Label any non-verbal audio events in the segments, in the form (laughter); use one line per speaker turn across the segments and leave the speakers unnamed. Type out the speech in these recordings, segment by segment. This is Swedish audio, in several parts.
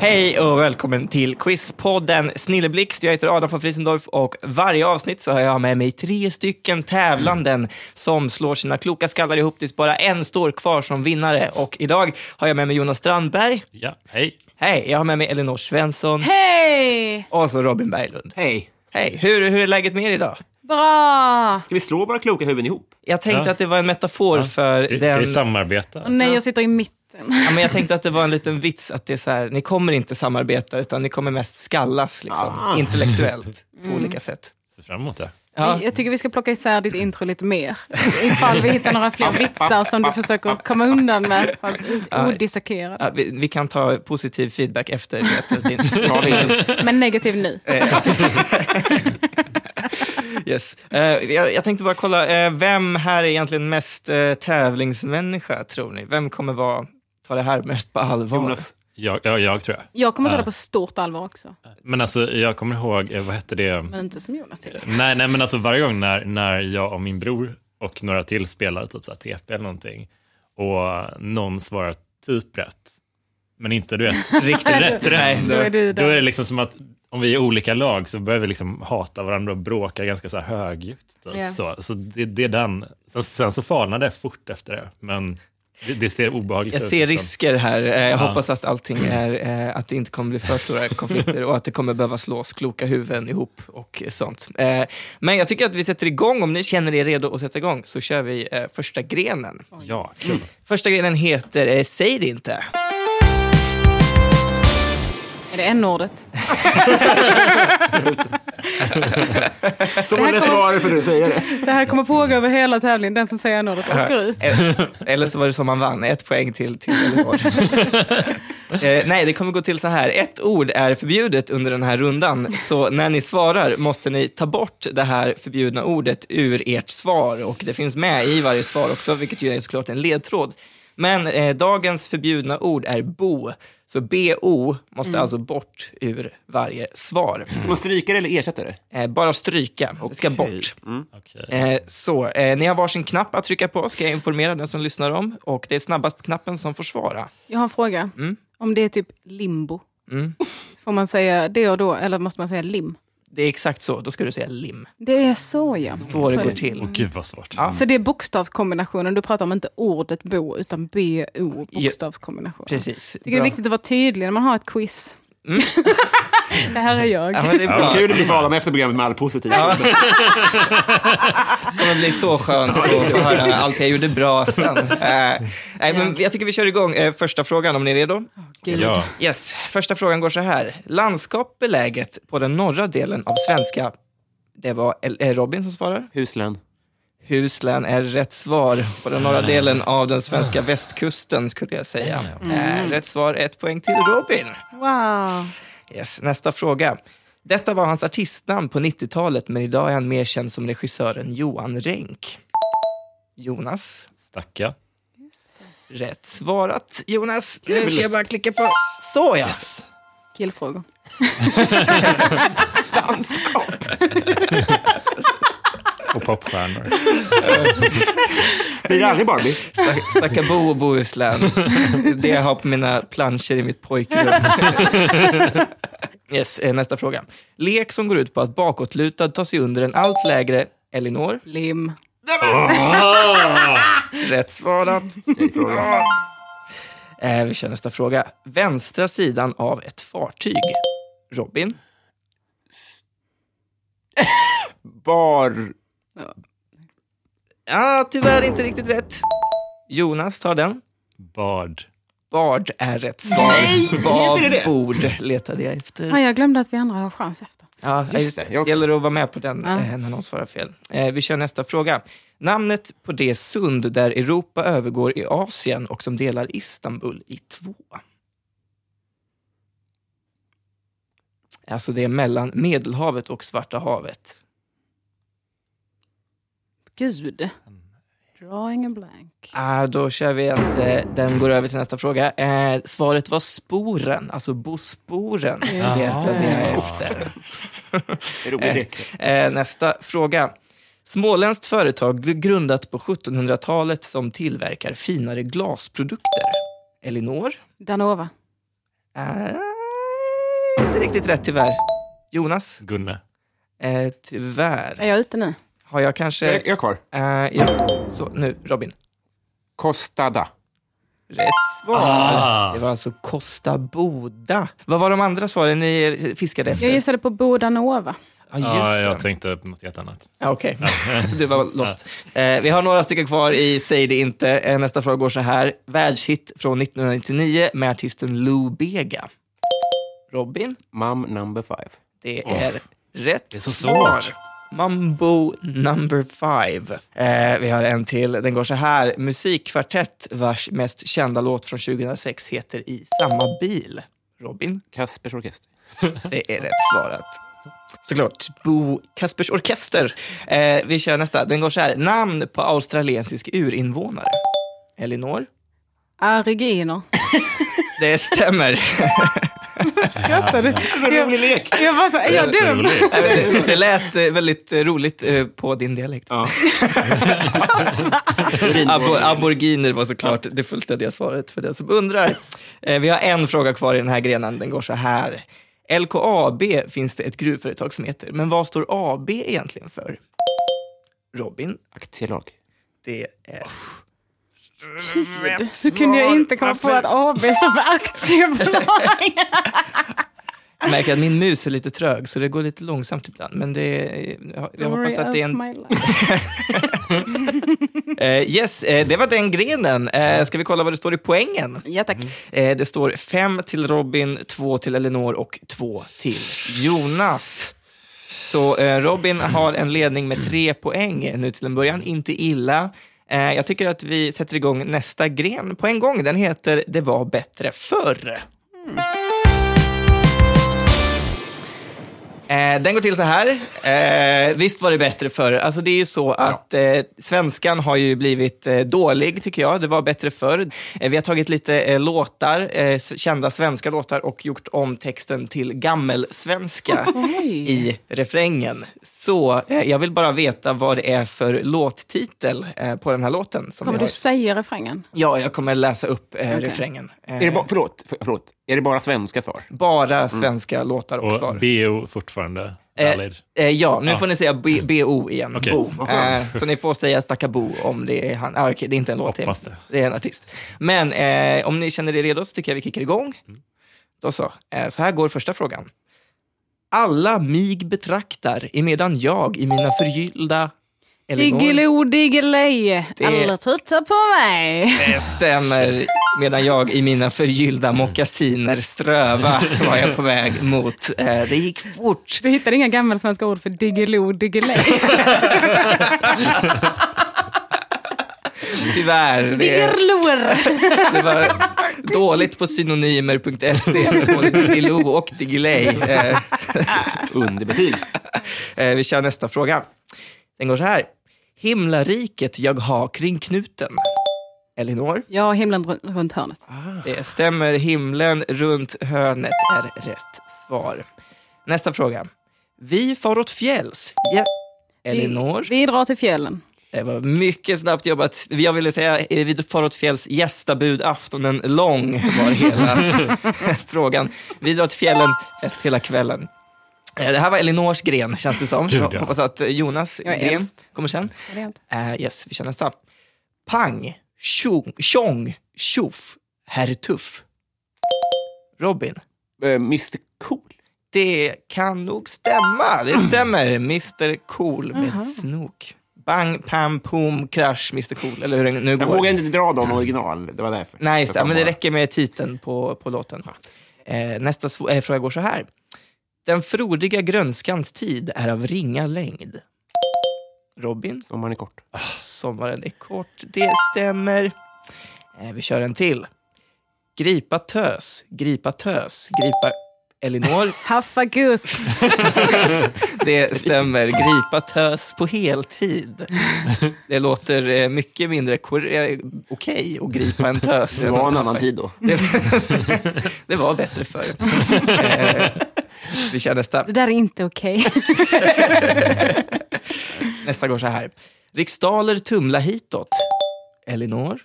Hej och välkommen till Quizpodden Snilleblixt. Jag heter Adam von Friesendorf och varje avsnitt så har jag med mig tre stycken tävlanden som slår sina kloka skallar ihop tills bara en står kvar som vinnare. Och idag har jag med mig Jonas Strandberg.
Ja, hej.
Hej, jag har med mig Elinor Svensson
Hej!
och så Robin Berglund.
Hej!
Hej, hur, hur är läget med er idag?
Bra!
Ska vi slå våra kloka huvuden ihop?
Jag tänkte
Ja.
att det var en metafor för
Ska
den...
vi samarbeta?
Nej, jag sitter i mitten.
Ja, men jag tänkte att det var en liten vits att det är så här, ni kommer inte samarbeta utan ni kommer mest skallas liksom,
Ah.
intellektuellt på olika sätt.
Se fram emot det.
Ja.
Jag tycker vi ska plocka isär ditt intro lite mer. Ifall vi hittar några fler vitsar som du försöker komma undan med. Så att du dissekerar.
Ja, vi, vi kan ta positiv feedback efter vi har spelat in.
(laughs) Ta det in.
Men negativ nu.
yes. Eh, jag, jag tänkte bara kolla, eh, vem här är egentligen mest eh, tävlingsmänniska tror ni? Vem kommer vara, ta det här mest på allvar?
Jonas.
Jag, jag, jag tror jag.
Jag kommer ta det
Ja.
på stort allvar också. Men
Men alltså, jag kommer ihåg, eh, vad hette det?
inte som Jonas till.
Nej, nej, men alltså varje gång när, när jag och min bror och några till spelar typ så här TP eller någonting och någon svarar typ rätt, men inte du vet, riktigt rätt, rätt.
Då är du
Då är det
där.
liksom som att om vi är olika lag så börjar vi liksom hata varandra och bråka ganska så här högljutt. Typ.
Ja.
Så, så det, det är den. Sen, sen så falnar det fort efter det, men det, det ser obehagligt
Jag
ut.
ser
liksom.
risker här. Eh, Jag
Ja.
hoppas att allting är, eh, att det inte kommer bli för stora konflikter och att det kommer behöva slås kloka huvuden ihop och sånt. Eh, Men jag tycker att vi sätter igång. Om ni känner er redo att sätta igång så kör vi eh, första grenen.
Ja, kul.
Första grenen heter eh, Säg det inte.
Är det n-ordet?
(laughs) Så lätt var det för du säger (laughs) det.
Det här kommer pågå över hela tävlingen. Den som säger n-ordet åker ut.
Eh, Eller så var det som man vann. Ett poäng till, till Elinor. Eh, Nej, det kommer gå till så här. Ett ord är förbjudet under den här rundan. Så när ni svarar måste ni ta bort det här förbjudna ordet ur ert svar. Och det finns med i varje svar också, vilket ju är såklart en ledtråd. Men eh, dagens förbjudna ord är bo. Så bo måste alltså bort ur varje svar.
Ska man stryka det eller ersätta det?
Eh, bara stryka. Det ska bort.
Mm.
Eh, så, eh, ni har varsin knapp att trycka på, ska jag informera den som lyssnar om. Och det är snabbast på knappen som får svara.
Jag har en fråga. Om det är typ limbo.
Mm.
Får man säga det och då, eller måste man säga lim?
Det är exakt så, då ska du säga lim.
Det är så ja.
Så det
Jag tror
går till.
Åh, gud vad svårt.
Ja.
Så det är bokstavskombinationen, du pratar om inte ordet bo, utan bo, bokstavskombination.
Precis.
Jag tycker det
Bra.
är viktigt att vara tydlig när man har ett quiz.
Mm.
(laughs) det här är jag.
Ja, men det är bra.
Vad kul det blir för Adam efter programmet med all positivt.
Ja. Det kommer bli så skönt att få höra allt jag gjorde bra sen. Eh, nej, men jag tycker vi kör igång eh, första frågan om ni är redo.
Gud.
Ja.
Yes, första frågan går så här. Landskap beläget på den norra delen av svenska... Det var eh, Robin som svarar.
Huslön.
Huslän är rätt svar på den norra delen av den svenska västkusten skulle jag säga. Eh, Rätt svar, ett poäng till Robin.
Wow.
Yes, nästa fråga. Detta var hans artistnamn på 90-talet men idag är han mer känd som regissören Johan Renck. Jonas,
Stacka.
rätt svarat. Jonas, nu ska jag bara klicka på... Så ja!
Killfrågor.
Landskap.
Och popstjärnor.
Blir det aldrig Barbie?
Stack- Stackar Bo och Bohuslän. Det jag har på mina planscher i mitt pojkrum. Yes, eh, nästa fråga. Lek som går ut på att bakåtlutad tar sig under en allt lägre Elinor.
Lim.
Ah!
Rätt svarat. Eh, vi kör nästa fråga. Vänstra sidan av ett fartyg. Robin.
Bar...
Ja, tyvärr inte riktigt rätt. Jonas tar den.
Bard.
Bard är rätt svar. Babord letade jag efter.
Fan, jag glömde att vi andra har chans efter.
Ja, just, det.
det. Jag-
gäller att vara med på den
Ja.
eh, när någon svarar fel. Eh, vi kör nästa fråga. Namnet på det sund där Europa övergår i Asien och som delar Istanbul i två. Alltså det är mellan Medelhavet och Svarta havet.
Gud. Drawing a blank.
Ah, då kör vi att eh, den går över till nästa fråga. Eh, svaret var sporen, alltså bosporen.
Just
letade
det.
jag efter.
En rolig lek.
Eh, nästa fråga. Småländskt företag gr- grundat på 1700-talet som tillverkar finare glasprodukter. Elinor?
Danova.
Ah, inte riktigt rätt tyvärr. Jonas,
Gunne.
eh,
Är
tyvärr.
jag ute nu?
Har jag kanske...
Jag jag har kvar.
Eh, ja. Så, nu, Robin.
Costada.
Rätt svar.
Ah.
Det var alltså Costa Boda. Vad var de andra svaren ni eh, fiskade efter?
Jag gissade på Bodanova.
Ja,
Ja,
just det.
jag tänkte på något helt annat.
Ja, Okej, du var lost. Eh, vi har några stycken kvar i Säg det inte. Eh, nästa fråga går så här. Världshit från 1999 med artisten Lou Bega. Robin,
Mum number five.
det
Åh,
är rätt
det är så
svar.
svårt.
Mambo number five. Eh, vi har en till. Den går så här. Musikkvartett vars mest kända låt från 2006 heter I samma bil. Robin,
Kaspers orkester.
det är rätt svarat. Såklart. Bo Kaspers Orkester. Eh, vi kör nästa. Den går så här. Namn på australiensisk urinvånare. Elinor? (laughs)
Ariginer.
Det stämmer.
Skrattar du? Jag,
lek!
jag var så, är jag dum?
(laughs) Jätteroligt.
Nej, men det, det lät eh, väldigt eh, roligt eh, på din dialekt.
Ja.
Abor, aboriginer var såklart det fullständiga svaret för den som undrar. Eh, vi har en fråga kvar i den här grenen. Den går så här. LKAB finns det ett gruvföretag som heter, men vad står AB egentligen för? Robin,
Aktielag.
det är...
Gud,
Rätt
hur kunde jag
svar.
inte komma på
Varför?
att AB står
(laughs)
för aktiebolag?
Jag märker att min mus är lite trög, så det går lite långsamt ibland. Men det, är- jag, jag hoppas att det är en
Story of my life.
Eh, yes, eh, det var den grenen. Eh, ska vi kolla vad det står i poängen?
Ja tack.
Eh, det står fem till Robin, två till Elinor och två till Jonas. Så eh, Robin har en ledning med tre poäng nu till en början. Inte illa. Eh, jag tycker att vi sätter igång nästa gren på en gång. Den heter Det var bättre förr. Eh, den går till så här. Eh, visst var det bättre förr. Alltså det är ju så att eh, svenskan har ju blivit eh, dålig tycker jag. Det var bättre förr. Eh, vi har tagit lite eh, låtar, eh, s- kända svenska låtar och gjort om texten till gammelsvenska
Oj.
i refrängen. Så eh, jag vill bara veta vad det är för låttitel eh, på den här låten. Som vi
Kommer
har.
du säga refrängen?
Ja, jag kommer läsa upp eh, refrängen. Eh,
Är det ba- förlåt, för- förlåt, är det bara svenska svar?
bara svenska låtar och,
Och
svar.
BO fortfarande
Eh,
valid.
Eh, ja, nu får ni säga B- BO igen.
Okej.
Bo. Eh, så ni får säga Stakka Bo om det är han. Ah, okej, det är inte en låt. Det
Hoppas
är,
det.
det är en artist. Men eh, om ni känner er redo så tycker jag vi kickar igång. Då så. Eh, så här går första frågan. Alla mig betraktar emedan jag i mina förgyllda... Elinor-
Diggiloo diggiley.
Det-
Alla tittar på mig.
Det Eh, stämmer. Medan jag i mina förgyllda mockasiner ströva var jag på väg mot. Eh, det gick fort.
Du hittade inga gammelsvenska ord för diggiloo diggiley.
Tyvärr. (laughs) det-
Diggerlor.
Det var dåligt på synonymer.se, E både Diggiloo och Diggiley. Eh,
Underbetyg.
eh, vi kör nästa fråga. Den går så här. Himlariket jag har kring knuten. Elinor?
Ja, himlen runt- runt hörnet.
Det stämmer. Himlen runt hörnet är rätt svar. Nästa fråga. Vi far åt fjälls. Ja. Elinor?
Vi, vi drar till fjällen.
Det var mycket snabbt jobbat. Jag ville säga eh, vid Faråt Fjälls gästabud aftonen lång var hela (laughs) frågan. Vi drar till fjällen, fest hela kvällen. Eh, Det här var Elinors gren, känns det som.
Gud,
Jag
ja.
hoppas att eh, Jonas
Jag är
gren
äldst.
kommer sen.
Är det inte?
Eh, yes, vi kör nästa. Pang, tjong, tjong, tjoff, herr tuff. Robin,
Eh, Mr Cool.
det kan nog stämma. Det stämmer. Mr Cool med snok. Bang, pam, pom, krasch, Mr Cool. Eller hur det nu
Jag
går.
vågar inte dra dem original, det var därför.
Nej, just det.
Jag
Ja,
sa
Men det
bara-
räcker med titeln på, på låten. Eh, nästa sv- eh, fråga går så här. Den frodiga grönskans tid är av ringa längd. Robin,
Om man är kort.
sommaren är kort. Det stämmer. Eh, vi kör en till. Gripa tös, gripa tös, gripa... Elinor,
Haffagus.
det stämmer. Gripa tös på heltid. Det låter eh, mycket mindre kor- eh, okej att gripa en tös.
Det
än
var
att
en
haffa
annan tid då.
Det, (laughs) det var bättre förr. Eh, vi kör nästa.
Det där är
(laughs)
inte okej.
Nästa går så här. Riksdaler tumla hitåt. Elinor?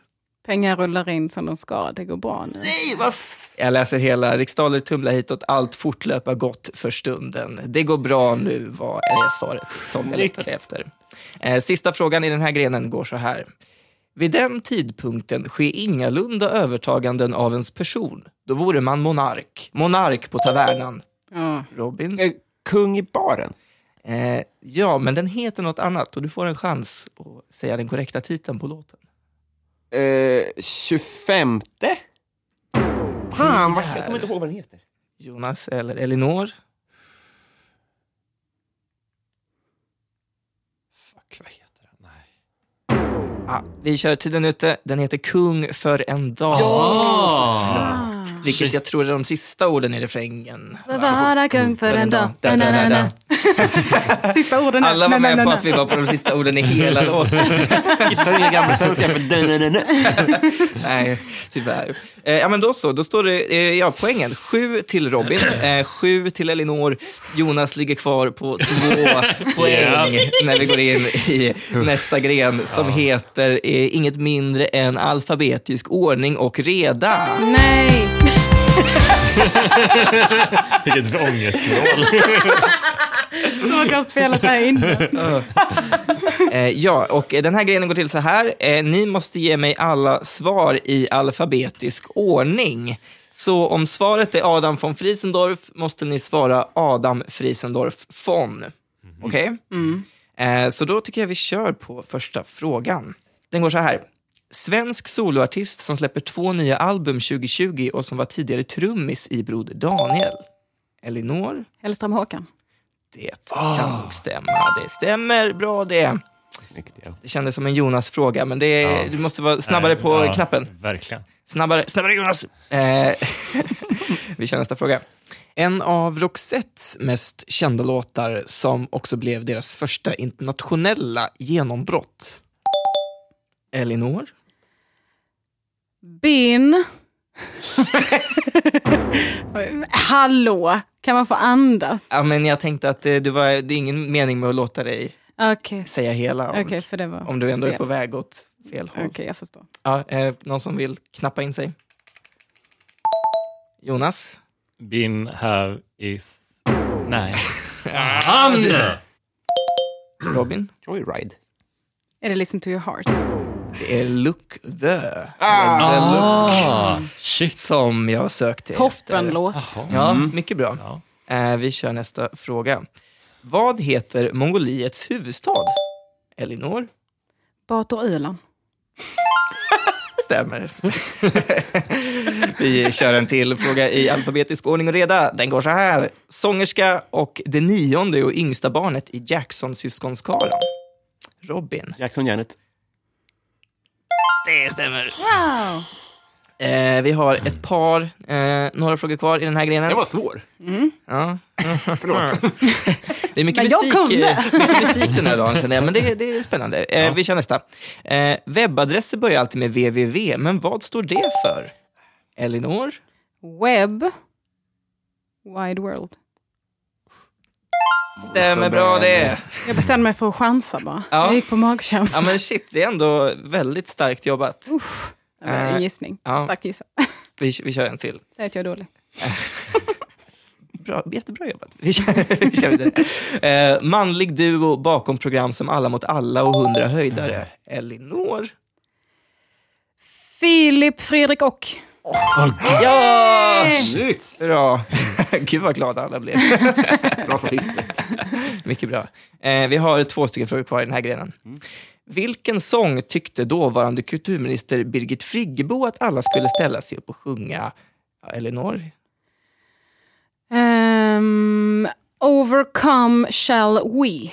Pengar rullar in som de ska, det går bra nu.
Nej, vad... s- Jag läser hela riksdaler tumla hitåt, allt fortlöpa gott för stunden. Det går bra nu, vad är svaret som jag letade efter? Eh, Sista frågan i den här grenen går så här. Vid den tidpunkten sker ingalunda övertaganden av ens person. Då vore man monark. Monark på tavernan.
Ja.
Robin?
Eh, Kung i baren.
Eh, ja, men den heter något annat och du får en chans att säga den korrekta titeln på låten.
Eh, 25. Fan, vad, jag kommer inte ihåg vad den heter. (laughs)
Jonas eller Elinor?
Fuck, vad heter den? Nej.
Ja, vi kör tiden ute. Den heter Kung för en dag.
Ja!
vilket jag tror är de sista orden i refrängen.
Vad var det kung för en dag? Na, na, na, na. Sista orden är...
Alla var
na, na,
med
na,
på
na.
att vi var på de sista orden i hela låten.
Hittar inga gamla svenska för dö-dö-dö-dö.
Nej, tyvärr. Eh, ja, men då så. Då står det eh, ja, poängen. Sju till Robin, eh, sju till Elinor. Jonas ligger kvar på två poäng när vi går in i nästa gren som heter eh, inget mindre än alfabetisk ordning och reda.
Nej! (laughs)
Vilket (laughs) ångestmål.
Som att jag har spelat det här innan.
Eh, ja, och eh, den här grejen går till så här. Eh, ni måste ge mig alla svar i alfabetisk ordning. Så om svaret är Adam von Friesendorf måste ni svara Adam Friesendorf von. Okej? Eh, så då tycker jag vi kör på första frågan. Den går så här. Svensk soloartist som släpper två nya album 2020 och som var tidigare trummis i Broder Daniel. Elinor?
Hellström Håkan.
Det kan nog stämma. Det stämmer. Bra det.
Snyggt, ja.
Det kändes som en Jonas-fråga, men det är, du måste vara snabbare
Nej,
på
Eh, ja,
knappen.
Verkligen.
Snabbare, snabbare Jonas! Eh, (laughs) vi kör nästa fråga. En av Roxettes mest kända låtar som också blev deras första internationella genombrott. Elinor?
Bin.
(laughs)
Hallå, kan man få andas?
Ja, men jag tänkte att eh, det, var, det är ingen mening med att låta dig
Okej,
säga hela om,
okej, för det var...
om du ändå är
fel.
på väg åt fel håll.
Okej, jag förstår.
Ja, eh, någon som vill knappa in sig?
(clears throat)
Jonas?
Bin have is... Nej. (laughs) Han!
Robin?
Joyride.
Är det Listen to your heart?
Det är Eh, Look the.
Ah, shit.
som jag sökte efter.
Toppenlåt.
Jaha.
Ja, mycket bra.
Ja.
Eh, vi kör nästa fråga. Vad heter Mongoliets huvudstad? Elinor?
Bator Öland.
(laughs)
Stämmer. vi kör en till fråga i alfabetisk ordning och reda. Den går så här. Sångerska och det nionde och yngsta barnet i Jackson-syskonskaran. Robin.
Jackson Janet.
Det stämmer.
Wow!
Eh, vi har ett par, eh, några frågor kvar i den här grenen.
Den var svår.
(laughs) Ja.
Förlåt.
(laughs) Det är mycket
Men jag
musik,
kunde.
eh, mycket musik den här dagen, känner jag. Men det, det är spännande. Eh, Vi kör nästa. Eh, webbadresser börjar alltid med www, men vad står det för? Elinor?
Web. Wide world.
Stämmer bra det.
Jag bestämde mig för att chansa bara.
Ja.
Jag gick på
Ja,
magkänsla.
men shit, det är ändå väldigt starkt jobbat.
Det var en
eh,
gissning.
ja.
Starkt gissat.
Vi, vi kör en till.
(laughs) Säg att jag är dålig.
Bra, jättebra jobbat. Vi kör, (laughs) vi kör vidare. Eh, manlig duo bakom program som Alla mot alla och Hundra höjdare. Elinor?
Filip, Fredrik och...
Ja!
Snyggt.
Bra. (laughs) Gud vad glada alla blev.
Bra statister.
Mycket bra. Eh, vi har två stycken frågor kvar i den här grenen. Vilken sång tyckte dåvarande kulturminister Birgit Friggebo att alla skulle ställa sig upp och sjunga? Ja, Elinor?
Ehm, overcome shall we.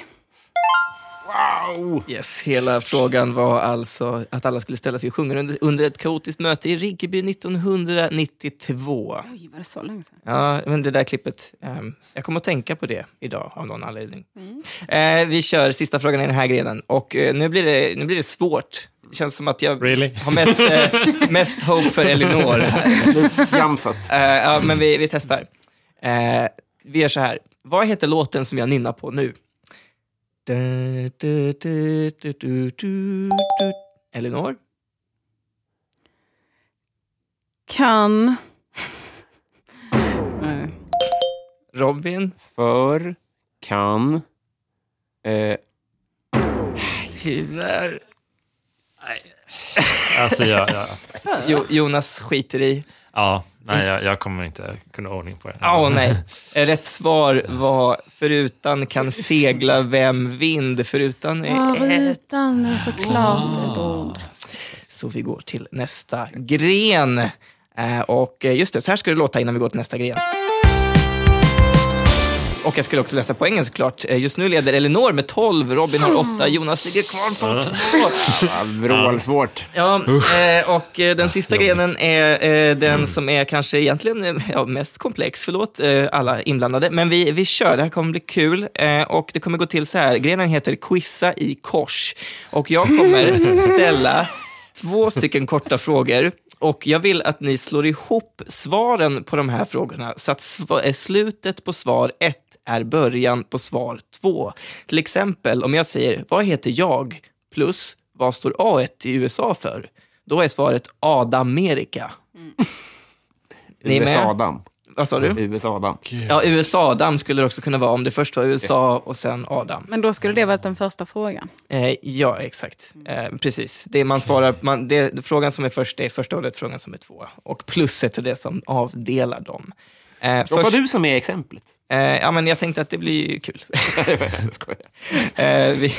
Wow.
Yes, hela frågan var alltså att alla skulle ställa sig och sjunga under, under ett kaotiskt möte i Rinkeby 1992.
Oj, var det så länge sedan?
Ja, men det där klippet. ehm, jag kommer att tänka på det idag av någon anledning. Eh, vi kör sista frågan i den här grenen och eh, nu, blir det, nu blir det svårt. Det känns som att jag
Really?
har mest, eh, mest hope för Elinor här.
Skamsat.
Eh, ja, men vi, vi testar. Eh, vi gör så här. Vad heter låten som jag nynnar på nu? Du, du, du, du, du, du, du. Elinor?
Kan... Nej.
Robin?
För, kan, eh,
Tyvärr.
Alltså, jag, jag,
Jo, Jonas skiter i.
ja, nej, jag, jag kommer inte kunna ha ordning på det.
Åh nej. Eh, Rätt svar var förutan kan segla vem vind. Förutan
Ah,
är ett.
rutan är såklart ett ord.
Så vi går till nästa gren. Eh, Och eh, just det, så här ska det låta innan vi går till nästa gren. Och jag skulle också läsa poängen såklart. Eh, Just nu leder Elinor med 12, Robin har 8, Jonas ligger kvar på 2.
ah, vrålsvårt.
Ja, eh, och eh, den sista grenen är eh, den som är kanske egentligen eh, ja, mest komplex. Förlåt eh, alla inblandade, men vi, vi kör. Det här kommer bli kul eh, och det kommer gå till så här. Grenen heter Quizza i kors och jag kommer ställa två stycken korta frågor och jag vill att ni slår ihop svaren på de här frågorna så att sva- eh, slutet på svar 1 är början på svar 2. Till exempel om jag säger vad heter jag plus vad står A1 i USA för? Då är svaret Adamerika. Ni är med? Mm.
USA-dam.
Vad sa
Mm.
du?
USA-dam.
Ja, USA-Adam skulle det också kunna vara om det först var USA och sen Adam.
Men då skulle det varit den första frågan.
Eh, ja, exakt. Eh, precis. Det man svarar, man, det, frågan som är först det är första ordet, frågan som är två. Och plusset är det som avdelar dem. Eh,
Det var
först,
du som är exemplet.
eh, ja, men jag tänkte att det blir ju kul.
(laughs) Jag skojar.
Eh, vi,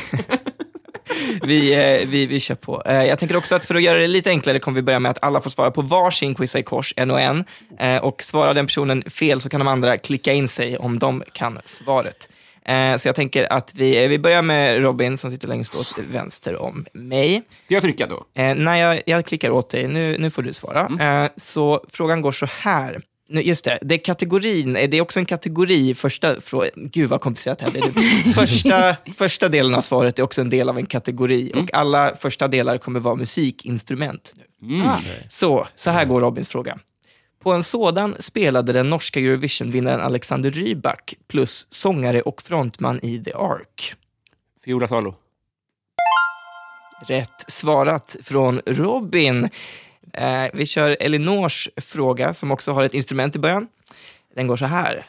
(laughs) vi, eh, vi, vi kör på. Eh, jag tänker också att för att göra det lite enklare kommer vi börja med att alla får svara på varsin quizza i kors, en och en. Eh, och svarar den personen fel så kan de andra klicka in sig om de kan svaret. Eh, så jag tänker att vi, eh, vi börjar med Robin som sitter längst åt vänster om mig.
Ska jag trycka då?
Eh, när jag, jag klickar åt dig, nu, nu får du svara. Eh, så frågan går så här. Nu, just det, det är kategorin, eh, det är också en kategori, första frågan, gud vad komplicerat det här blev nu. första, första delen av svaret är också en del av en kategori och alla första delar kommer vara musikinstrument. nu.
Mm.
Så, så här går Robins fråga. På en sådan spelade den norska Eurovision-vinnaren Alexander Rybak plus sångare och frontman i The Ark.
Fiola
Äh,
Salo.
Rätt svarat från Robin. Eh, vi kör Elinors fråga som också har ett instrument i början. Den går så här.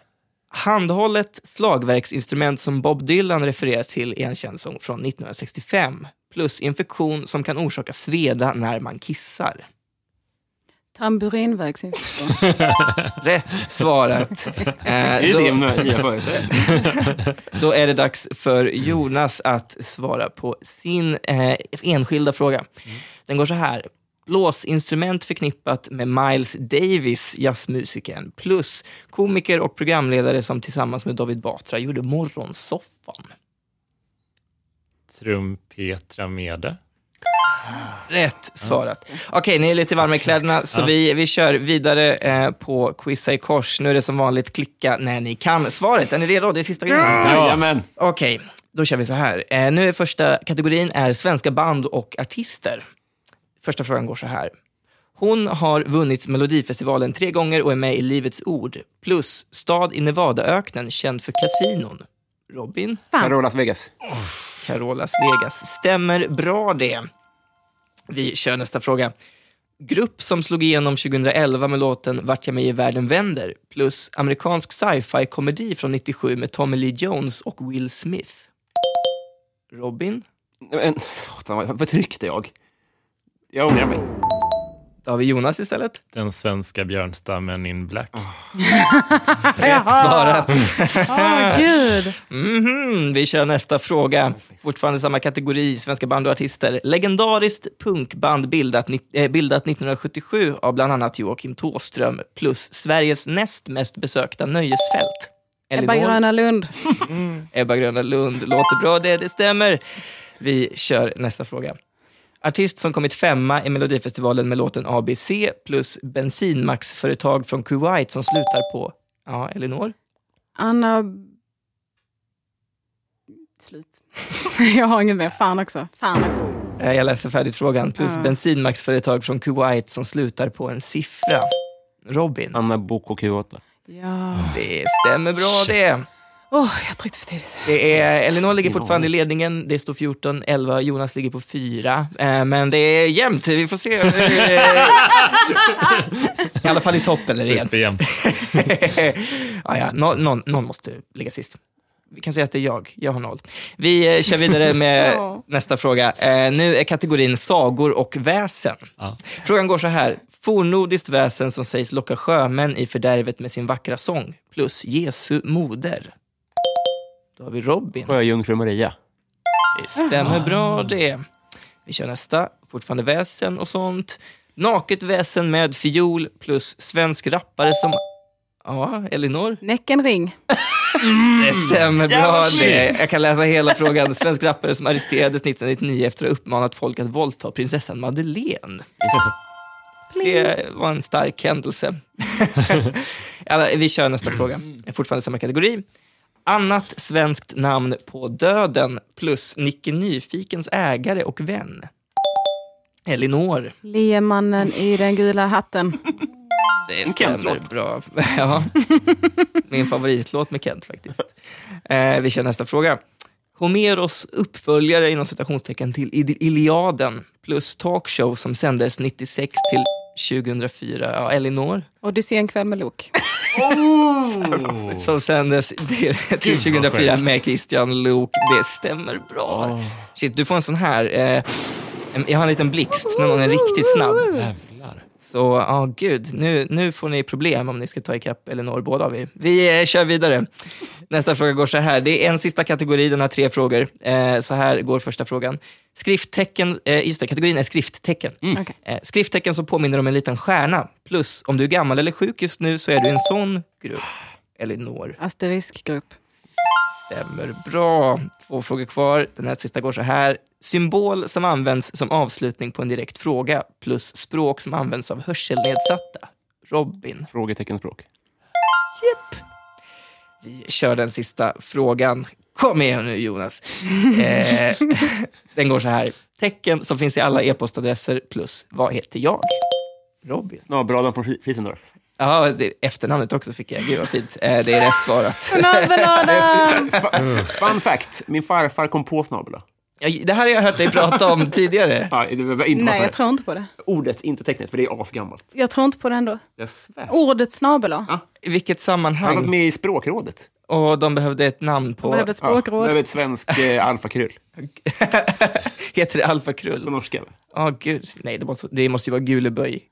Handhållet slagverksinstrument som Bob Dylan refererar till i en känd sång från 1965 plus infektion som kan orsaka sveda när man kissar.
Tamburinvägsinfektion.
Rätt svarat. Eh,
Är det det
då-
med nya företrädare?
Då är det dags för Jonas att svara på sin eh, enskilda fråga. Den går så här. Blåsinstrument förknippat med Miles Davis, jazzmusikern, plus komiker och programledare som tillsammans med David Batra gjorde Morgonsoffan.
Trumpetra Mede.
Rätt svarat. Okej, ni är lite varma i kläderna, så
Ja.
vi, vi kör vidare eh, på Quizza i kors. Nu är det som vanligt klicka när ni kan svaret. Är ni redo? Det är sista grejen.
(laughs) Jajamän.
Okej, då kör vi så här. Eh, nu är första kategorin är svenska band och artister. Första frågan går så här. Hon har vunnit Melodifestivalen tre gånger och är med i Livets Ord. Plus stad i Nevadaöknen känd för kasinon. Robin,
Carolas Vegas.
Carolas Vegas. Stämmer bra det. Vi kör nästa fråga. Grupp som slog igenom 2011 med låten Vart jag mig i världen vänder. Plus amerikansk sci-fi komedi från 97 med Tommy Lee Jones och Will Smith. Robin?
Men satan, vad- vad tryckte jag? Jag ångrar mig.
Då har vi Jonas istället.
Den svenska björnstammen in black.
Rätt svarat.
Åh, gud.
Mhm, Vi kör nästa fråga. Fortfarande samma kategori, svenska band och artister. Legendariskt punkband bildat, ni- eh, bildat 1977 av bland annat Joakim Thåström plus Sveriges näst mest besökta nöjesfält.
Ebba
Elinor-
Gröna Lund.
Ebba Gröna Lund. Låter bra det, det stämmer. Vi kör nästa fråga. Artist som kommit femma i Melodifestivalen med låten ABC plus bensinmaxföretag från Kuwait som slutar på... Ja, Elinor?
Anna... Slut. (laughs) Jag har inget mer. Fan också. Fan också.
Eh, Jag läser färdigt frågan. Plus
Ja.
bensinmaxföretag från Kuwait som slutar på en siffra. Robin.
Anna Boko Q8.
Ja.
Det stämmer bra det.
Åh, jag tryckte för tidigt.
Det är, Elinor ligger fortfarande i ledningen. Det står 14-11. Jonas ligger på 4. Eh, men det är jämnt. Vi får se. Eh, I alla fall i toppen. Eller rent.
Superjämnt.
(laughs) ja, ja. Nå, någon, någon måste ligga sist. Vi kan säga att det är jag. Jag har noll. Vi eh, kör vidare med
Ja.
nästa fråga. Eh, nu är kategorin sagor och väsen.
Ja.
Frågan går så här. Fornnordiskt väsen som sägs locka sjömän i fördärvet med sin vackra sång, plus Jesu moder. Då har vi Robin.
Sjöjungfru Maria.
Det stämmer bra det. Vi kör nästa. Fortfarande väsen och sånt. Naket väsen med fiol plus svensk rappare som... Ja, Elinor?
Näcken ring.
Det stämmer bra
Jävlar, shit.
det. Jag kan läsa hela frågan. Svensk rappare som arresterades 1999 efter att ha uppmanat folk att våldta prinsessan Madeleine. Det var en stark händelse. (laughs) Alla, vi kör nästa fråga. Fortfarande samma kategori. Annat svenskt namn på döden plus Nicke Nyfikens ägare och vän. Elinor.
Liemannen i den gula hatten.
Det
En
stämmer
Kent-låt.
bra. (laughs) Ja. Min favoritlåt med Kent faktiskt. Eh, vi kör nästa fråga. Homeros uppföljare inom citationstecken till Id- Iliaden plus talkshow som sändes 96 till 2004. Ja, Elinor
Och du ser en kväll med Lok.
som sändes till, till 2004 med Christian Lok. Det stämmer bra. Shit, du får en sån här. Eh, en- jag har en liten blixt när någon är riktigt snabb.
Jävlar.
Så, ja gud, nu, nu får ni problem om ni ska ta ikapp Elinor, båda av er. Vi eh, kör vidare. Nästa fråga går så här. Det är en sista kategori, den har tre frågor. Eh, så här går första frågan. Skrifttecken, eh, just det, kategorin är skrifttecken.
Okej.
Eh, skrifttecken som påminner om en liten stjärna. Plus, om du är gammal eller sjuk just nu så är du i en sån grupp. Elinor
Asteriskgrupp.
stämmer bra. Två frågor kvar. Den här sista går så här. Symbol som används som avslutning på en direkt fråga plus språk som används av hörselnedsatta. Robin.
Frågeteckenspråk.
Vi kör den sista frågan. Kom igen nu Jonas. Eh, den går så här. Tecken som finns i alla e-postadresser plus vad heter jag? Robin.
Snabel-Adam från Fri- Friesendorf.
Ja, det, efternamnet också fick jag. Gud vad fint. Eh, det är rätt svarat.
(laughs) Snabel-Adam!
Fun fact, min farfar kom på snabel
Ja, Det här har jag hört dig prata om tidigare.
Ja, det var inte
Nej,
Nej,
jag tror inte på det.
Ordet, inte tecknet, för det är asgammalt.
Jag tror inte på det ändå.
Jag svär.
Ordet snabel-A.
I vilket
Han har varit
sammanhang?
med i språkrådet.
Och de behövde ett namn på...
Behövde ett
Ja, det
språkråd.
är ett svensk eh, alfakrull.
Heter det
På
alfakrull?
norska. va?
Ja, gud. Nej, det måste, det måste ju vara guleböj.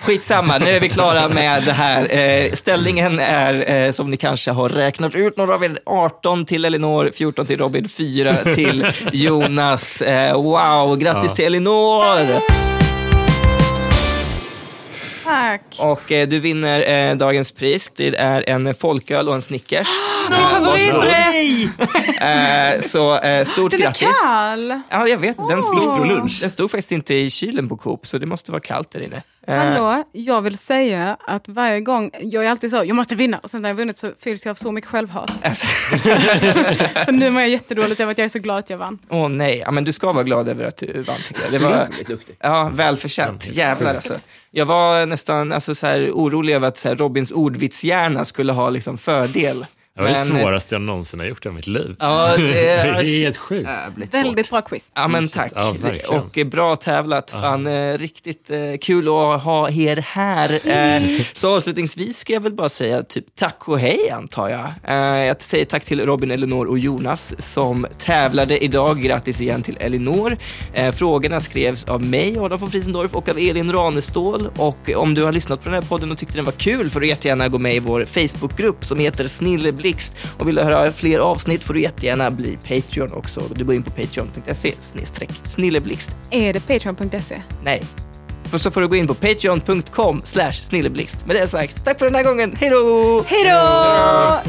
Skitsamma, nu är vi klara med det här. Eh, ställningen är, eh, som ni kanske har räknat ut, några av er 18 till Elinor, 14 till Robin, 4
(laughs)
till Jonas. Eh, wow, grattis
Ja.
till Elinor!
Tack.
Och eh, du vinner eh, dagens pris. Det är en folköl och en Snickers.
Min favoriträtt!
Eh, så eh, stort
Den är
grattis!
kall!
Ja, jag vet. Den
Bistro
stod,
lunch.
den stod faktiskt inte i kylen på Coop, så det måste vara kallt där inne. Eh,
Hallå, jag vill säga att varje gång, jag är alltid så, jag måste vinna. Och sen när jag vunnit så fylls jag av så mycket självhat.
(laughs) alltså,
Så nu mår jag jättedåligt över att jag är så glad att jag vann.
Åh nej, ja, men du ska vara glad över att du vann tycker jag. Det var ja, välförtjänt. Jävlar alltså. Jag var nästan alltså, så här, orolig över att så här, Robins ordvitshjärna skulle ha liksom, fördel.
Det var det
Men-
svåraste jag någonsin har gjort i mitt liv.
Ja,
(laughs) Det är
det,
helt sjukt.
Jävligt svårt.
Väldigt bra quiz.
ja men tack.
Ja, verkligen.
och eh, bra tävlat. Fan, eh, riktigt eh, kul att ha er här. Eh, så avslutningsvis ska jag väl bara säga typ tack och hej antar jag. Eh, jag säger tack till Robin, Elinor och Jonas som tävlade idag. Grattis igen till Elinor. Eh, frågorna skrevs av mig, Adam von Friesendorf och av Elin Ranestål. Och om du har lyssnat på den här podden och tyckte den var kul får du jättegärna gå med i vår Facebookgrupp som heter Snilleblixt. Och vill du höra fler avsnitt får du jättegärna bli Patreon också. Du går in på patreon.se snedstreck snilleblixt.
Är det patreon.se?
Nej. Först så får du gå in på patreon.com slash snilleblixt. Med det sagt, tack för den här gången. Hej då!
Hej då!